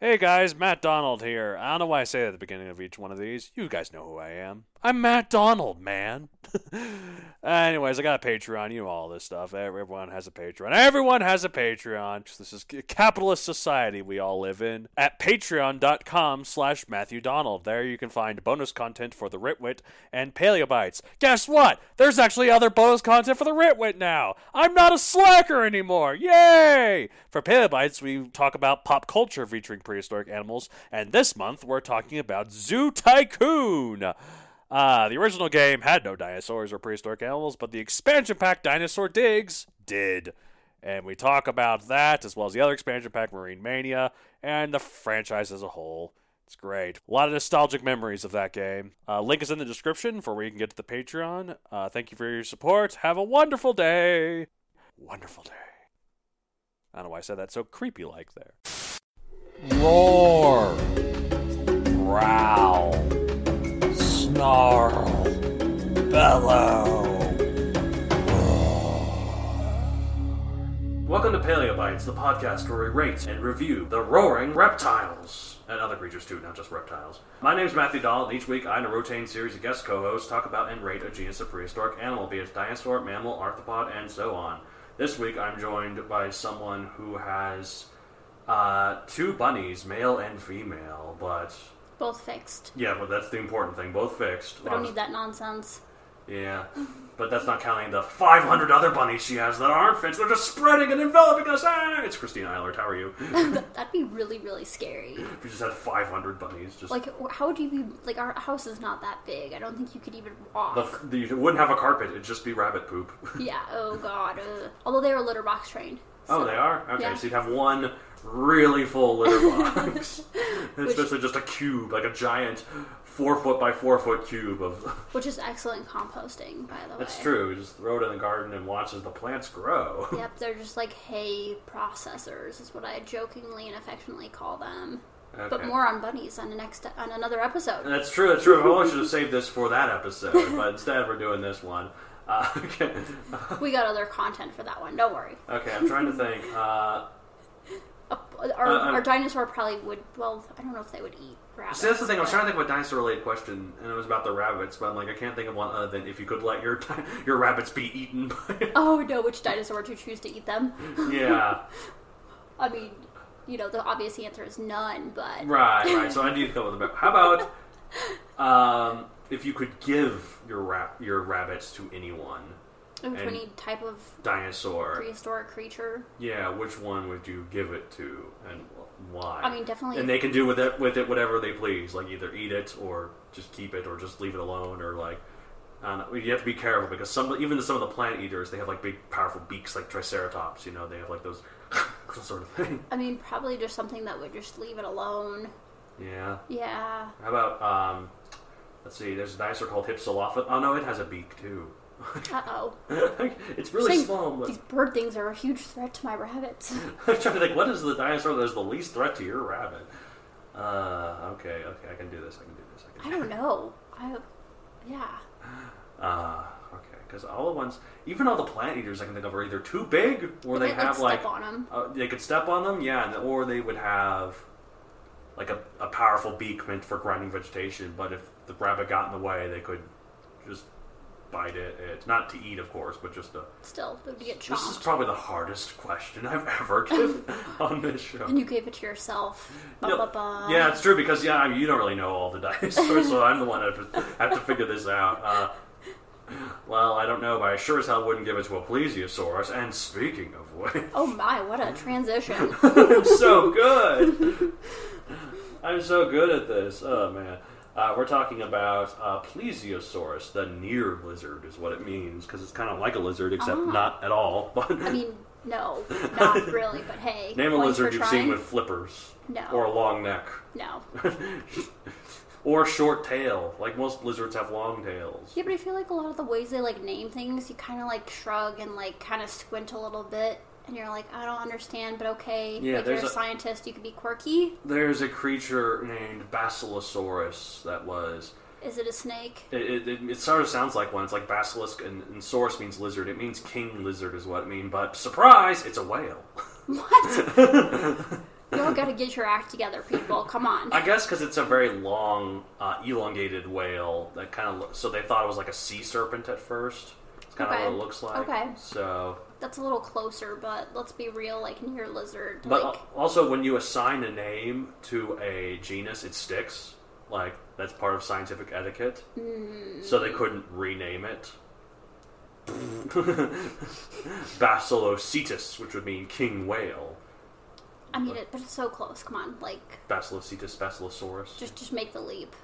Hey guys, Matt Donald here. I don't know why I say that at the beginning of each one of these. You guys know who I am. I'm Matt Donald, man. Anyways, I got a Patreon. You know all this stuff. Everyone has a Patreon. Everyone has a Patreon. This is a capitalist society we all live in. At patreon.com slash Matthew Donald. There you can find bonus content for the Ritwit and Paleobites. Guess what? There's actually other bonus content for the Ritwit now. I'm not a slacker anymore. Yay! For Paleobites, we talk about pop culture featuring prehistoric animals. And this month, we're talking about Zoo Tycoon. Uh, the original game had no dinosaurs or prehistoric animals, but the expansion pack Dinosaur Digs did. And we talk about that as well as the other expansion pack, Marine Mania, and the franchise as a whole. It's great. A lot of nostalgic memories of that game. Uh, link is in the description for where you can get to the Patreon. Uh, thank you for your support. Have a wonderful day. Wonderful day. I don't know why I said that so creepy like there. Roar. Growl. Snarl. Bellow. Welcome to Paleobites, the podcast where we rate and review the roaring reptiles and other creatures too, not just reptiles. My name is Matthew Dahl, and each week I and a rotating series of guest co-hosts talk about and rate a genus of prehistoric animal, be it dinosaur, mammal, arthropod, and so on. This week I'm joined by someone who has uh, two bunnies, male and female, but Both fixed. yeah, but that's the important thing, both fixed. We don't Um, need that nonsense. Yeah, but that's not counting the 500 other bunnies she has that aren't fixed. They're just spreading and enveloping us. Ah, it's Christina Eilert. How are you? That'd be really, really scary. We just had 500 bunnies. Just Like, wh- how would you be? Like, our house is not that big. I don't think you could even the, walk. the, you wouldn't have a carpet. It'd just be rabbit poop. yeah. Oh God. Ugh. Although they were litter box trained. oh, they are. Okay, yeah. so you'd have one really full litter box. it's basically just a cube, like a giant four foot by four foot cube of. Which is excellent composting, by the way. That's true. You just throw it in the garden and watch as the plants grow. Yep, they're just like hay processors, is what I jokingly and affectionately call them. But Okay. more on bunnies on the next on another episode. That's true. That's true. I probably should have saved this for that episode, but instead we're doing this one. Uh, okay. we got other content for that one. Don't worry. okay, I'm trying to think. Uh, Our, Uh, um, our dinosaur probably would. Well, I don't know if they would eat rabbits. see, that's the thing. I was but- trying to think of a dinosaur-related question, and it was about the rabbits, but I'm like, I can't think of one other than if you could let your di- your rabbits be eaten. by... Oh no, which dinosaur would you choose to eat them? yeah, I mean, you know, the obvious answer is none, but right, right. So I need to come up with a better. How about um, if you could give your rap- your rabbits to anyone, to And- any type of dinosaur? prehistoric creature. Yeah, which one would you give it to, and why? I mean, definitely- And they can do with it with it whatever they please, like either eat it or just keep it or just leave it alone or like. I don't know. You have to be careful because some, even some of the plant eaters, they have like big, powerful beaks, like Triceratops. You know, they have like those sort of thing. I mean, probably just something that would just leave it alone. Yeah. Yeah. How about um, let's see. There's a dinosaur called Hypsilopha. Oh no, it has a beak too. Uh oh. it's really small. But These bird things are a huge threat to my rabbits. I'm trying to think. What is the dinosaur that is the least threat to your rabbit? Uh, okay, okay, I can do this. I can do this. I can. I don't know. I, yeah. Uh, okay, because all the ones, even all the plant eaters I can think of, are either too big or They they could have step like on 'em. Uh, they could step on them, yeah, and, or they would have like a, a powerful beak meant for grinding vegetation. But if the rabbit got in the way, they could just bite it. It's not to eat, of course, but just to. Still, it would get chomped. This is probably the hardest question I've ever given on this show. and you gave it to yourself. Ba, Yeah, ba, ba. Yeah, it's true because yeah, you don't really know all the dinosaurs, so I'm the one that have to, have to figure this out. Uh, well, I don't know, but I sure as hell wouldn't give it to a plesiosaurus. And speaking of which, Oh my, what a transition. I'm so good. I'm so good at this. Oh man. Uh, we're talking about uh, plesiosaurus, the near lizard, is what it means, because it's kind of like a lizard, except Ah. not at all. But I mean, no, not really, but hey. name a points for lizard you've trying. seen with flippers No. or a long neck. No. or short tail. Like most lizards have long tails. Yeah, but I feel like a lot of the ways they like name things, you kind of like shrug and like kind of squint a little bit, and you're like, I don't understand, but Yeah, okay. like you're there's a, a- scientist, you could be quirky. There's a creature named Basilosaurus that was. Is it a snake? It, it, it sort of sounds like one. It's like basilisk and, and saurus means lizard. It means king lizard is what it means. But surprise, it's a whale. What? Y'all gotta get your act together, people. Come on. I guess because it's a very long, uh, elongated whale that kind of. So they thought it was like a sea serpent at first. It's kind of Okay. what it looks like. Okay. So That's a little closer, but let's be real, like near lizard. But uh, like, al- also, when you assign a name to a genus, it sticks. Like that's part of scientific etiquette. So they couldn't rename it. Basilocetus, which would mean king whale. I mean, it, but it's so close. Come on, like, Basilocetus, Basilosaurus. just just make the leap.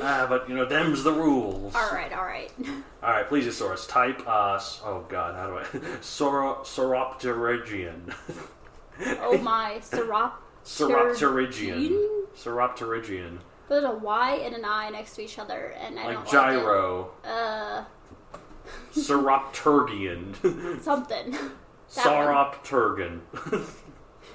Ah, but you know, them's the rules. all right, all right. All right, plesiosaurus type. Uh, s- oh god, how do I? Soro- Soropterygian. Oh my, Serop. Soropterygian. Soropterygian. There's a Y and an I next to each other, and I like don't gyro, Like Sauroptergian, it. Uh, something. Sauroptergan.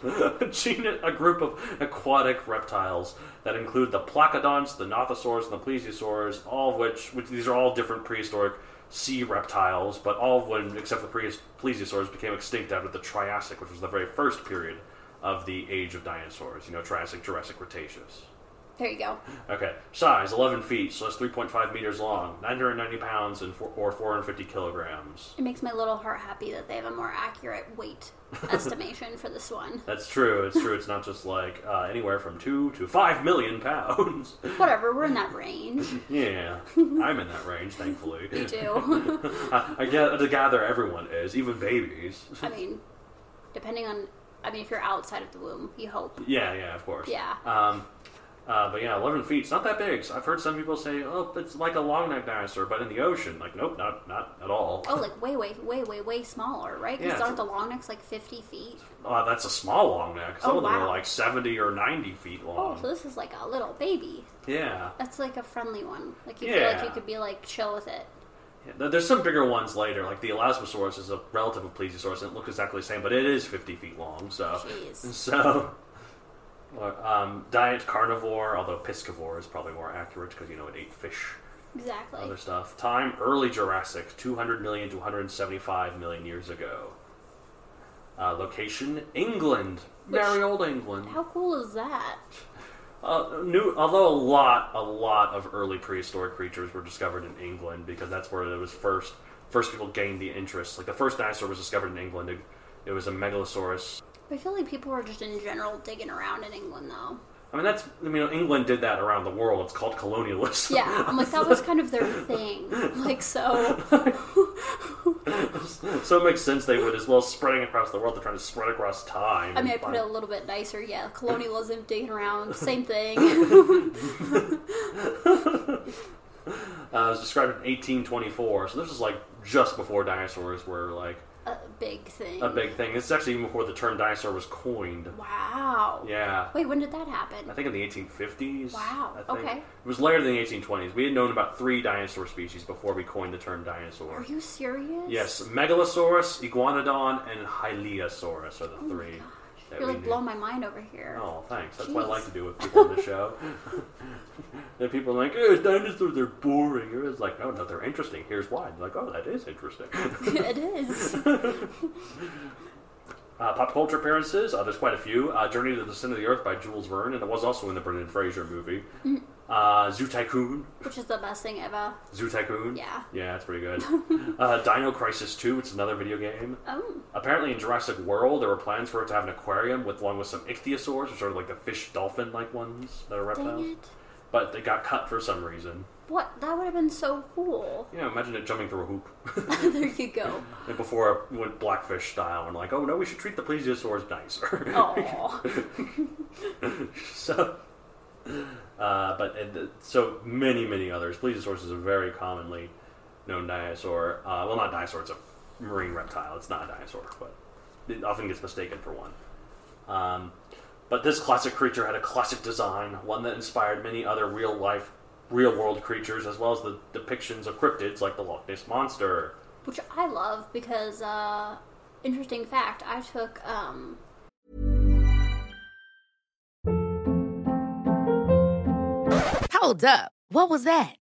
a, genu- a group of aquatic reptiles that include the placodonts, the nothosaurs, and the plesiosaurs, all of which, which these are all different prehistoric sea reptiles, but all of them, except the pre- plesiosaurs, became extinct after the Triassic, which was the very first period of the age of dinosaurs. You know, Triassic, Jurassic, Cretaceous. There you go. Okay, size 11 feet, so that's 3.5 meters long, 990 pounds, and four, or 450 kilograms. It makes my little heart happy that they have a more accurate weight estimation for this one. That's true. It's true. It's not just like uh, anywhere from two to five million pounds. Whatever, we're in that range. yeah, I'm in that range, thankfully. Me too. I, I get to gather everyone is, even babies. I mean, depending on, I mean, if you're outside of the womb, you hope. Yeah, yeah, of course. Yeah. Um, uh, but yeah, 11 feet. It's not that big. So I've heard some people say, "Oh, it's like a long-necked dinosaur," but in the ocean, like, nope, not not at all. Oh, like way, way, way, way, way smaller, right? Yeah, Because it's- aren't the long necks like 50 feet? Oh, that's a small long neck. Some Oh, of them are wow. like 70 or 90 feet Oh, long. so this is like a little baby. Yeah. That's like a friendly one. Like you feel Yeah. like you could be like chill with it. Yeah, there- There's some bigger ones later, like the Elasmosaurus is a relative of Plesiosaurus, and it looks exactly the same, but it is 50 feet long. So, Jeez. so or, um, diet carnivore, although piscivore is probably more accurate because you know it ate fish, Exactly. other stuff. Time early Jurassic, 200 million to 175 million years ago. Uh, location England, very old England. How cool is that? Uh, new, although a lot, a lot of early prehistoric creatures were discovered in England because that's where it was first. First, people gained the interest. Like the first dinosaur was discovered in England. It, it was a megalosaurus. I feel like people are just in general digging around in England though. I mean, that's I mean, England did that around the world. It's called colonialism. Yeah, I'm like that was kind of their thing. Like so, so it makes sense they would as well spreading across the world. They're trying to spread across time. I mean, I and put find- it a little bit nicer. Yeah, colonialism, digging around, same thing. uh, it was described in 1824. So this is like just before dinosaurs were like a big thing. a big thing. This is actually even before the term dinosaur was coined. Wow. Yeah. Wait, when did that happen? I think in the 1850s. Wow, I think. okay. It was later than the 1820s. We had known about three dinosaur species before we coined the term Are dinosaur. you serious? Yes, Megalosaurus, Iguanodon, and Hylaeosaurus are the three. that Oh You're we like knew. blowing my mind over here. Oh, thanks. That's what I Jeez. like to do with people on the show. then people are like, "Eh, dinosaurs are boring." You're just like, "No, no, they're "Oh, interesting. Here's why." They're like, "Oh, that is interesting." it is. Uh, pop culture appearances, uh, there's quite a few. Uh, Journey to the Center of the Earth by Jules Verne, and it was also in the Brendan Fraser movie. Mm. Uh, Zoo Tycoon, which is the best thing ever. Zoo Tycoon. Yeah. Yeah, that's pretty good. uh, Dino Crisis 2, it's another video game. Oh, Apparently, in Jurassic World, there were plans for it to have an aquarium with one with some ichthyosaurs, which are like the fish dolphin like ones that are dang reptiles. it. But they got cut for some reason. What? That would have been so cool. Yeah, imagine it jumping through a hoop. there you go. and before it went blackfish style, and like, oh no, we should treat the plesiosaurs nicer. Oh, so, uh, but and, uh, so many, many others. Plesiosaurus is a very commonly known dinosaur. Uh, well, not dinosaur; it's a marine reptile. It's not a dinosaur, but it often gets mistaken for one. Um, but this classic creature had a classic design, one that inspired many other real-life, real-world creatures, as well as the depictions of cryptids like the Loch Ness monster. which I love because uh, interesting fact. I took um, Hold up. What was that?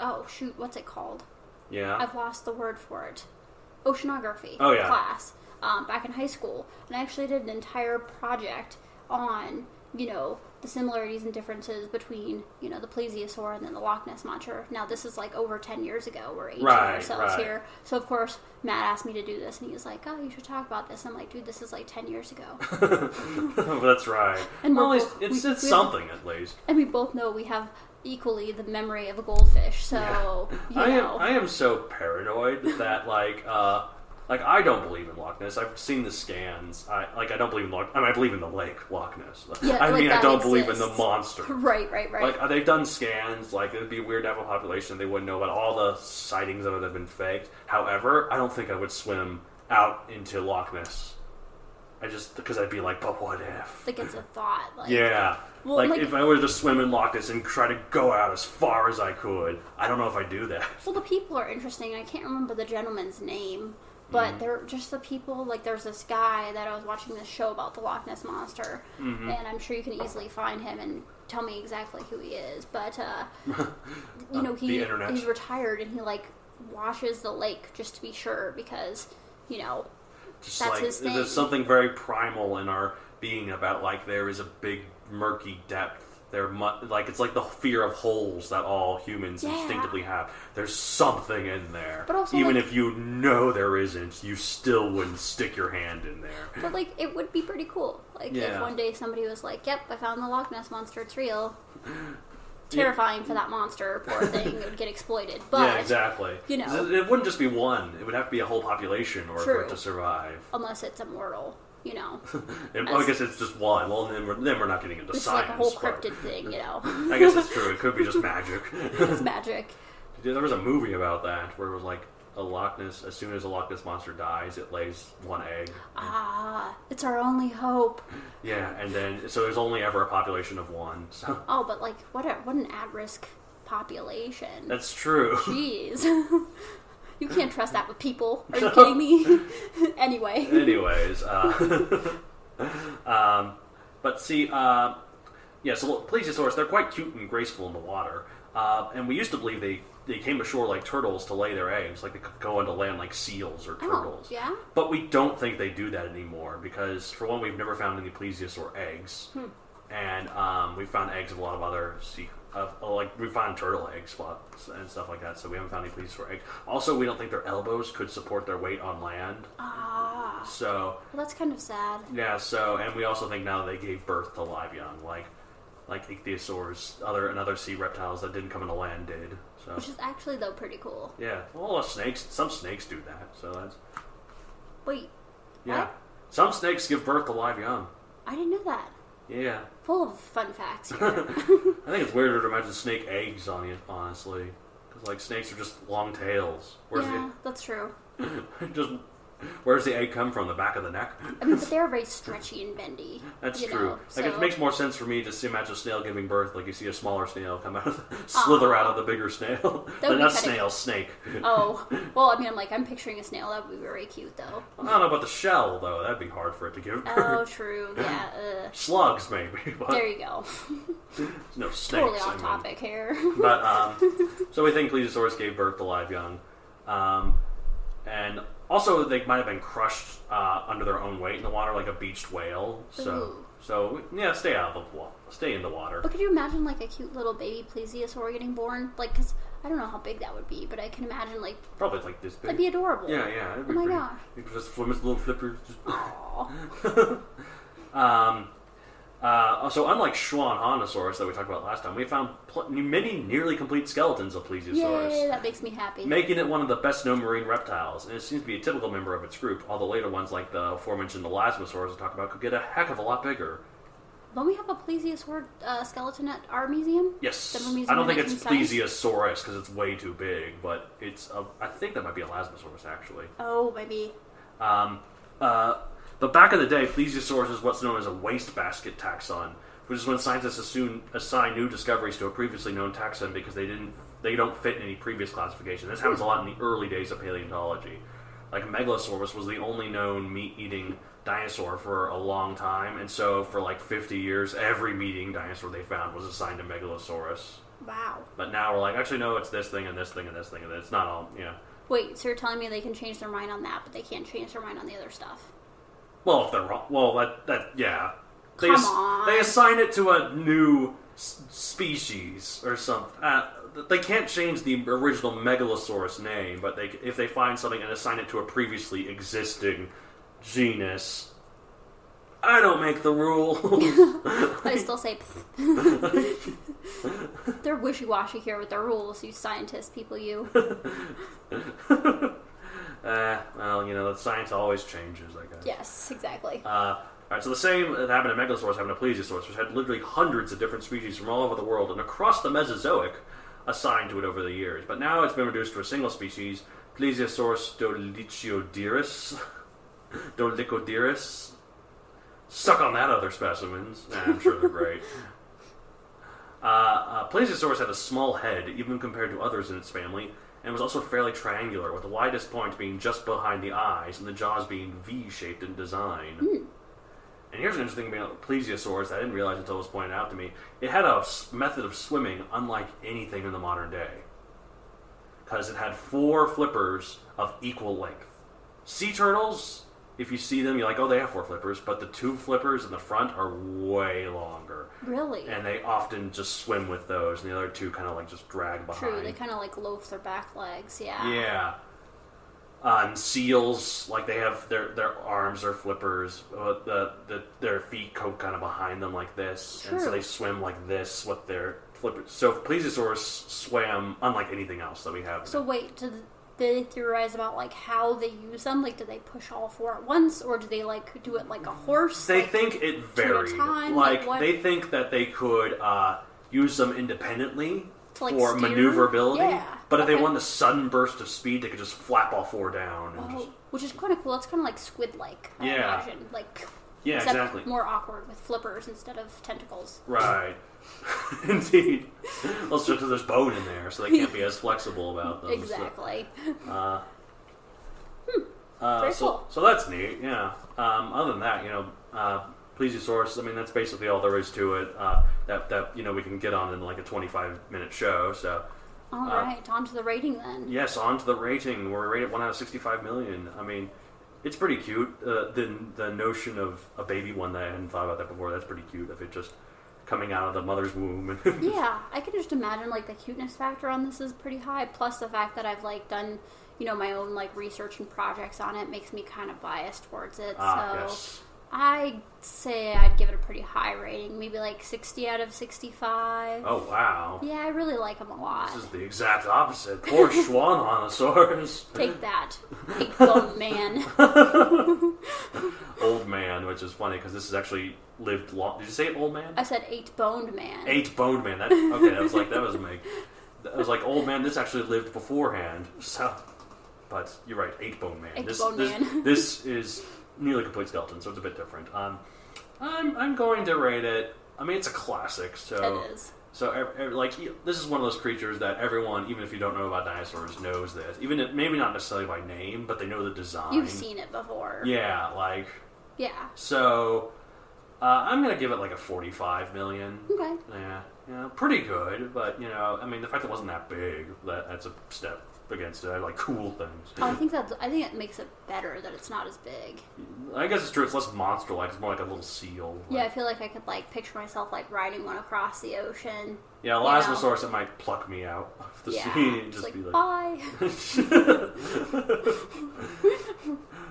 oh shoot, what's it called? Yeah, I've lost the word for it. Oceanography Oh, yeah. class um, back in high school, and I actually did an entire project on you know the similarities and differences between you know the plesiosaur and then the Loch Ness monster. Now this is like over ten years ago. We're aging Right, ourselves right. here, so of course Matt asked me to do this, and he was like, "Oh, you should talk about this." I'm like, "Dude, this is like ten years ago." that's right. And well, we're at least both- it's, we- it's we- something at least. and we both know we have equally the memory of a goldfish, so you I know. am I am so paranoid that like uh like I don't believe in Loch Ness. I've seen the scans. I like I don't believe in Loch. I mean, I believe in the lake Loch Ness. Yeah, I like mean, I that don't believe in the exists. monster. Right, right, right. Like they've done scans. Like it'd be weird to have a population. They wouldn't know about all the sightings of it have been faked. However, I don't think I would swim out into Loch Ness. I just because I'd be like, but what if? like it's a thought. Like, Yeah. Well, like, like- if I were to swim in Loch Ness and try to go out as far as I could, I don't know if I do that. Well, the people are interesting. I can't remember the gentleman's name, but Mm-hmm. they're just the people. Like, there's this guy that I was watching this show about the Loch Ness Monster, Mm-hmm. and I'm sure you can easily find him and tell me exactly who he is. But, uh, you know, he, Uh, the internet. he's retired and he, like, washes the lake just to be sure because, you know, Just That's like his thing. there's something very primal in our being about like there is a big murky depth. There, mu- like it's like the fear of holes that all humans Yeah. instinctively have. There's something in there, But also, even like- if you know there isn't, you still wouldn't stick your hand in there. but, like, it would be pretty cool. Like, Yeah. if one day somebody was like, yep, I found the Loch Ness Monster, it's real. Terrifying for that monster, poor thing. it would get exploited. But yeah, exactly. you know. it, it wouldn't just be one; it would have to be a whole population, or for True. it to survive. unless it's immortal, you know. It, well, I guess it's just one. Well, then we're, then we're not getting into It's science. like a whole but- cryptid thing, you know. I guess it's true. It could be just magic. it's magic. there was a movie about that where it was like a Loch Ness. As soon as a Loch Ness monster dies, it lays one egg. Ah, it's our only hope. Yeah, and then so there's only ever a population of one. So Oh, but like, what? A, what an at-risk population. that's true. Jeez, you can't trust that with people. Are you kidding me? anyway, Anyways, uh, um, but see, uh, yeah, so look, plesiosaurs, they're quite cute and graceful in the water. Uh, and we used to believe they, they came ashore like turtles to lay their eggs, like they could go onto land like seals or turtles. Oh, yeah? But we don't think they do that anymore because, for Hmm. one, we've never found any plesiosaur eggs. And um, we found eggs of a lot of other sea of oh, like we found turtle eggs flocks and stuff like that. So we haven't found any plesiosaur eggs. Also, we don't think their elbows could support their weight on land. Ah, So well, that's kind of sad. yeah, so and we also think now they gave birth to live young, like like ichthyosaurs, other and other sea reptiles that didn't come into land did. So Which is actually though pretty cool. yeah, well, snakes. Some snakes do that. So that's Wait, yeah. What? Some snakes give birth to live young. I didn't know that. Yeah, Full of fun facts. Here. I think it's weirder to imagine snake eggs on you, honestly, because like snakes are just long tails. Where's yeah, that's true. the just where's the egg come from? The back of the neck. I mean, but they're very stretchy and bendy. That's you true. Know, like so it makes more sense for me to see imagine a snail giving birth, like you see a smaller snail come out of the, slither out of the bigger snail. That would But be not kinda- snail, snake. Oh, well, I mean, I'm like, I'm picturing a snail. That would be very cute, though. I don't know about the shell though. That'd be hard for it to give birth. Oh, true. Yeah. Uh, Slugs maybe, but there you go. no snakes. totally I on mean. topic here. But um, so we think plesiosaurs gave birth to live young, um, and also they might have been crushed uh, under their own weight in the water, like a beached whale. So Ooh. so yeah, stay out of the water. Stay in the water. but could you imagine like a cute little baby plesiosaur getting born? Like, cause I don't know how big that would be, but I can imagine like Probably like this big. that'd be adorable. Yeah, yeah. It'd be Oh my pretty. gosh. You could just swim his little flippers. Just... um, uh, so unlike Schwannonosaurus that we talked about last time, we found pl- many nearly complete skeletons of plesiosaurs. Yay! That makes me happy. Making it one of the best known marine reptiles, and it seems to be a typical member of its group, although later ones like the aforementioned Elasmosaurus we talk about could get a heck of a lot bigger. Don't we have a plesiosaur uh, skeleton at our museum? Yes. The museum I don't in think it's 1970s? Plesiosaurus because it's way too big, but it's. A, I think that might be Elasmosaurus actually. Oh, maybe. Um, uh, but back in the day, plesiosaurs is what's known as a wastebasket taxon, which is when scientists assume, assign new discoveries to a previously known taxon because they didn't they don't fit in any previous classification. This happens a lot in the early days of paleontology. Like Megalosaurus was the only known meat-eating dinosaur for a long time, and so for like 50 years, every meat-eating dinosaur they found was assigned to Megalosaurus. Wow. But now we're like, actually, no, it's this thing and this thing and this thing and this. It's not all, yeah. Wait, so you're telling me they can change their mind on that, but they can't change their mind on the other stuff? Well, if they're wrong, well, that that yeah, they Come ass- on. they assign it to a new s- species or something. Uh, th- they can't change the original Megalosaurus name, but they c- if they find something and assign it to a previously existing genus. I don't make the rules. I still say pfft. They're wishy washy here with their rules, you scientists, people, you. uh, well, you know, the science always changes, I guess. Yes, exactly. Uh, all right, so the same that happened to Megalosaurus happened to Plesiosaurus, which had literally hundreds of different species from all over the world and across the Mesozoic assigned to it over the years. But now it's been reduced to a single species, Plesiosaurus dolichodyrus. dolichodyrus. Suck on that, other specimens. Nah, I'm sure they're great. Uh, uh, Plesiosaurus had a small head, even compared to others in its family, and was also fairly triangular, with the widest point being just behind the eyes and the jaws being V-shaped in design. And here's an interesting thing about plesiosaurs that I didn't realize until it was pointed out to me. It had a s- method of swimming unlike anything in the modern day. Because it had four flippers of equal length. Sea turtles, if you see them, you're like, oh, they have four flippers, but the two flippers in the front are way longer. really? And they often just swim with those, and the other two kind of like just drag behind. True, they kind of like loaf their back legs, yeah. Yeah. Um, seals, like they have their their arms are flippers, uh, the, the their feet go kind of behind them like this, and so True. they swim like this with their flippers. So plesiosaurs swam unlike anything else that we have. So, wait, did they theorize about like how they use them? Like, do they push all four at once, or do they like do it like a horse? they Like- think it varied. time, like like what- they think that they could uh, use them independently To, like, for steer? maneuverability, Yeah, but if they okay. wanted a sudden burst of speed, they could just flap all four down. And just, Oh, which is kind of cool. It's kind of like squid like. Yeah. Imagine. Like, Yeah, except exactly. More awkward with flippers instead of tentacles. Right. Indeed. Well, so 'cause there's bone in there, so they can't be as flexible about them. so- Exactly. Hmm. uh, Very so, cool. so that's neat, yeah. Um, other than that, you know, uh, plesiosaurs, I mean, that's basically all there is to it uh, that, that, you know, we can get on in like a 25 minute show. So, All uh, right, on to the rating then. yes, on to the rating. We're rated 1 out of 65 million. I mean, it's pretty cute. Uh, the, the notion of a baby one that I hadn't thought about that before, that's pretty cute. If it just coming out of the mother's womb. And Yeah, I can just imagine like the cuteness factor on this is pretty high. Plus the fact that I've like done, you know, my own like research and projects on it makes me kind of biased towards it. ah, so yes. I'd say I'd give it a pretty high rating, maybe like sixty out of sixty-five. Oh wow. Yeah, I really like them a lot. This is the exact opposite. Poor Schwannonosaurus. Take that, big bone man. old man, which is funny because this is actually lived long. Did you say old man? I said eight boned man. Eight boned man. That okay. That was like that was my. That was like old man. This actually lived beforehand. So, but you're right. Eight bone man. Eight this, bone this, man. this is nearly complete skeleton, so it's a bit different. Um, I'm I'm going to rate it. I mean, it's a classic. So It is. So, ev- ev- like, you- this is one of those creatures that everyone, even if you don't know about dinosaurs, knows this. Even if, maybe not necessarily by name, but they know the design. You've seen it before. Yeah, like Yeah. so. Uh, I'm gonna give it like a 45 million. Okay. Yeah, yeah, pretty good. But you know, I mean, the fact that it wasn't that big, that, that's a step against it. I like cool things. Oh, I think that I think it makes it better that it's not as big. I guess it's true. It's less monster-like. It's more like a little seal. Yeah, I Like, feel like I could like picture myself like riding one across the ocean. yeah. Lazalosaurus, it might pluck me out of the Yeah, sea and it's just like, be like, bye.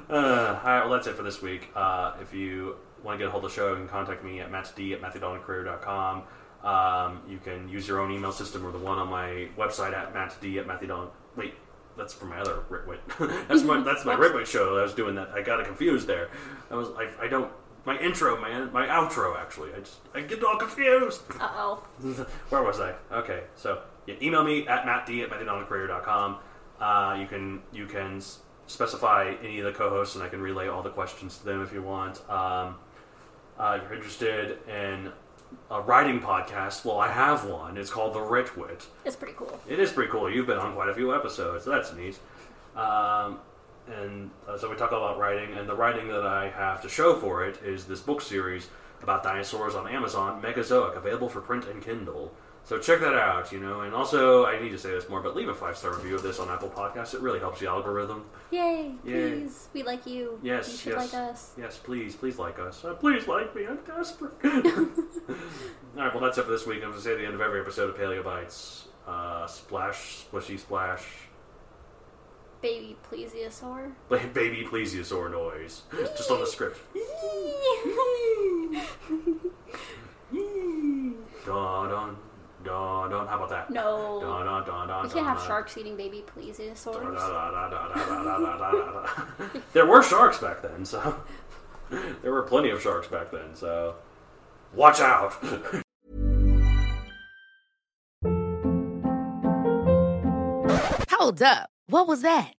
Uh, all right, well, that's it for this week. Uh, if you want to get a hold of the show, you can contact me at mattd at matthewdoncareer.com. Um, you can use your own email system or the one on my website at mattd at matthewdon. Wait, that's for my other Ritwit. that's my that's my Ritwit show. I was doing that. I got it confused there. I was I, I don't my intro man my outro actually. I just I get all confused. Uh oh. Where was I? Okay, so yeah, email me at mattd at methodoncareer.com. Uh, you can you can s- specify any of the co-hosts, and I can relay all the questions to them if you want. Um, uh, if you're interested in a writing podcast, well, I have one. It's called The Ritwit. It's pretty cool. It is pretty cool. You've been on quite a few episodes, so that's neat. Um, and uh, so we talk about writing, and the writing that I have to show for it is this book series about dinosaurs on Amazon, Megazoic, available for print and Kindle. So check that out, you know. And also, I need to say this more, but leave a five star review of this on Apple Podcasts. It really helps the algorithm. Yay, Yay. please. We like you. Yes, You should yes, like us. yes. Please, please like us. Uh, please like me. I'm desperate. All right. Well, that's it for this week. I'm going to say at the end of every episode of Paleo Bites, uh, splash, splishy, splash. Baby plesiosaur. Like baby plesiosaur noise, just on the script. Dun dun dun dun. How about that? No. Dun dun dun dun. We can't have dun, sharks eating baby dun, plesiosaurs. dun, dun, dun, dun, dun, dun, dun, dun, dun. there were sharks back then, so there were plenty of sharks back then. So watch out. Hold up. What was that?